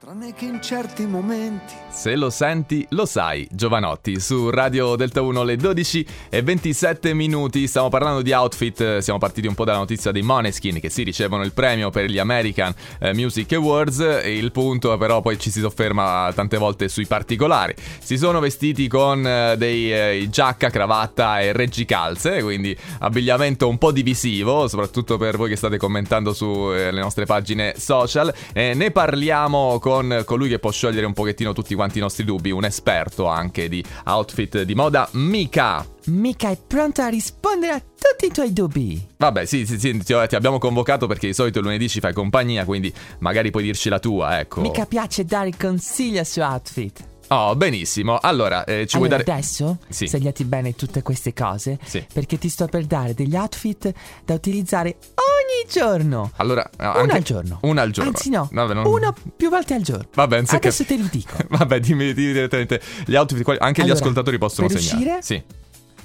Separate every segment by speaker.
Speaker 1: Tranne che in certi momenti.
Speaker 2: Se lo senti, lo sai, Giovanotti, su Radio Delta 1 alle 12 e 27 minuti. Stiamo parlando di outfit, siamo partiti un po' dalla notizia dei Moneskin che si ricevono il premio per gli American eh, Music Awards. Il punto però poi ci si sofferma tante volte sui particolari. Si sono vestiti con eh, dei eh, giacca, cravatta e reggicalze, quindi abbigliamento un po' divisivo, soprattutto per voi che state commentando sulle nostre pagine social. E ne parliamo con con colui che può sciogliere un pochettino tutti quanti i nostri dubbi, un esperto anche di outfit di moda, Mika.
Speaker 3: Mica è pronto a rispondere a tutti i tuoi dubbi.
Speaker 2: Vabbè, sì, sì, sì, ti, ti abbiamo convocato perché di solito il lunedì ci fai compagnia, quindi magari puoi dirci la tua, ecco.
Speaker 3: Mica piace dare consigli su outfit.
Speaker 2: Oh, benissimo. Allora, eh, ci
Speaker 3: allora,
Speaker 2: vuoi dare...
Speaker 3: adesso
Speaker 2: Sì.
Speaker 3: segnati bene tutte queste cose
Speaker 2: Sì.
Speaker 3: perché ti sto per dare degli outfit da utilizzare ogni giorno.
Speaker 2: Allora, no,
Speaker 3: Uno
Speaker 2: anche-
Speaker 3: al giorno.
Speaker 2: Una al giorno.
Speaker 3: Anzi no,
Speaker 2: Vabbè, non-
Speaker 3: uno più volte al giorno.
Speaker 2: Vabbè, non si è cap-
Speaker 3: Adesso te li dico.
Speaker 2: Vabbè, dimmi, dimmi direttamente gli outfit. quali- Anche gli
Speaker 3: Allora,
Speaker 2: ascoltatori possono
Speaker 3: per
Speaker 2: segnare.
Speaker 3: uscire?
Speaker 2: Sì.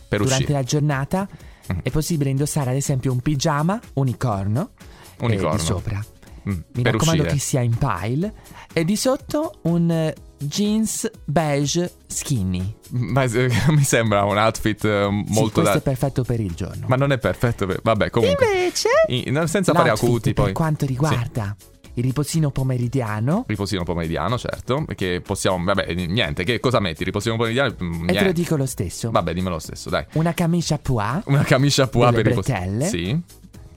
Speaker 2: Per
Speaker 3: Durante
Speaker 2: uscire.
Speaker 3: la giornata
Speaker 2: Mm-hmm.
Speaker 3: è possibile indossare ad esempio un pigiama unicorno, eh,
Speaker 2: Unicorno.
Speaker 3: di sopra.
Speaker 2: Mm,
Speaker 3: Mi
Speaker 2: per
Speaker 3: raccomando
Speaker 2: uscire.
Speaker 3: che sia in pile e di sotto un eh, jeans beige skinny.
Speaker 2: Ma eh, mi sembra un outfit eh,
Speaker 3: Sì,
Speaker 2: molto da...
Speaker 3: questo è perfetto per il giorno.
Speaker 2: Ma non è perfetto. per- Vabbè, comunque.
Speaker 3: Invece,
Speaker 2: I- no, senza fare
Speaker 3: l'outfit
Speaker 2: acuti
Speaker 3: per
Speaker 2: poi.
Speaker 3: quanto
Speaker 2: Sì.
Speaker 3: riguarda il riposino pomeridiano,
Speaker 2: Riposino pomeridiano, certo. Perché possiamo. Vabbè, niente. Che cosa metti? Riposino pomeridiano? Mm,
Speaker 3: e te lo
Speaker 2: niente.
Speaker 3: dico lo stesso,
Speaker 2: Vabbè, dimmi lo stesso, dai.
Speaker 3: una camicia pois,
Speaker 2: Una camicia pua
Speaker 3: Delle
Speaker 2: per riposino.
Speaker 3: bretelle.
Speaker 2: Sì.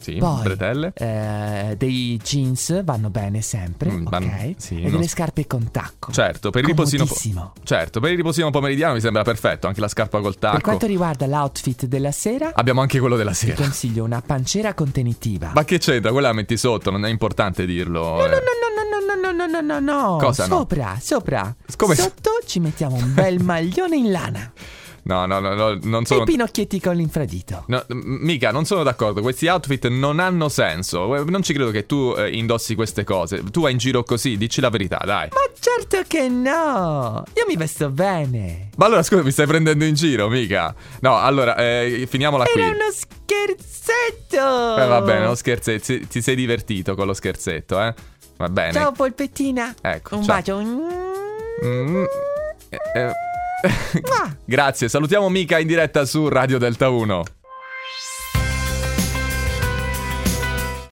Speaker 2: Sì,
Speaker 3: poi
Speaker 2: bretelle.
Speaker 3: eh, dei jeans vanno bene sempre,
Speaker 2: Mm,
Speaker 3: ok?
Speaker 2: vanno- sì,
Speaker 3: e
Speaker 2: non-
Speaker 3: delle scarpe con tacco.
Speaker 2: Certo, per il riposino. po-
Speaker 3: Comodissimo.
Speaker 2: certo, per il riposino pomeridiano mi sembra perfetto. Anche la scarpa col
Speaker 3: Per
Speaker 2: tacco. Ah.
Speaker 3: quanto riguarda l'outfit della sera,
Speaker 2: Abbiamo anche quello della
Speaker 3: ti
Speaker 2: sera.
Speaker 3: consiglio una pancera contenitiva.
Speaker 2: Ma che c'entra? Quella la metti sotto, non è importante dirlo.
Speaker 3: No,
Speaker 2: eh.
Speaker 3: no, no, no, no, no, no, no, no, no.
Speaker 2: Cosa no?
Speaker 3: Sopra, sopra.
Speaker 2: Come-
Speaker 3: Sotto ci mettiamo un bel maglione in lana.
Speaker 2: no, no, no, no, non
Speaker 3: E
Speaker 2: sono.
Speaker 3: i pinocchietti con l'infradito.
Speaker 2: No, m- mica, non sono d'accordo. Questi outfit non hanno senso. Eh, Non ci credo che tu eh, indossi queste cose. Tu vai in giro così, dici la verità, dai.
Speaker 3: Ma certo che no! Io mi vesto bene.
Speaker 2: Ma allora, scusa, mi stai prendendo in giro, mica. No, allora, eh, finiamola qui.
Speaker 3: Era uno scherzetto!
Speaker 2: Eh, va bene, lo scherzetto. Ti- Ti sei divertito con lo scherzetto, eh? Va bene.
Speaker 3: Ciao polpettina.
Speaker 2: Ecco,
Speaker 3: Un
Speaker 2: ciao.
Speaker 3: bacio.
Speaker 2: Mm. Eh, eh. Grazie, salutiamo Mica in diretta su Radio Delta 1.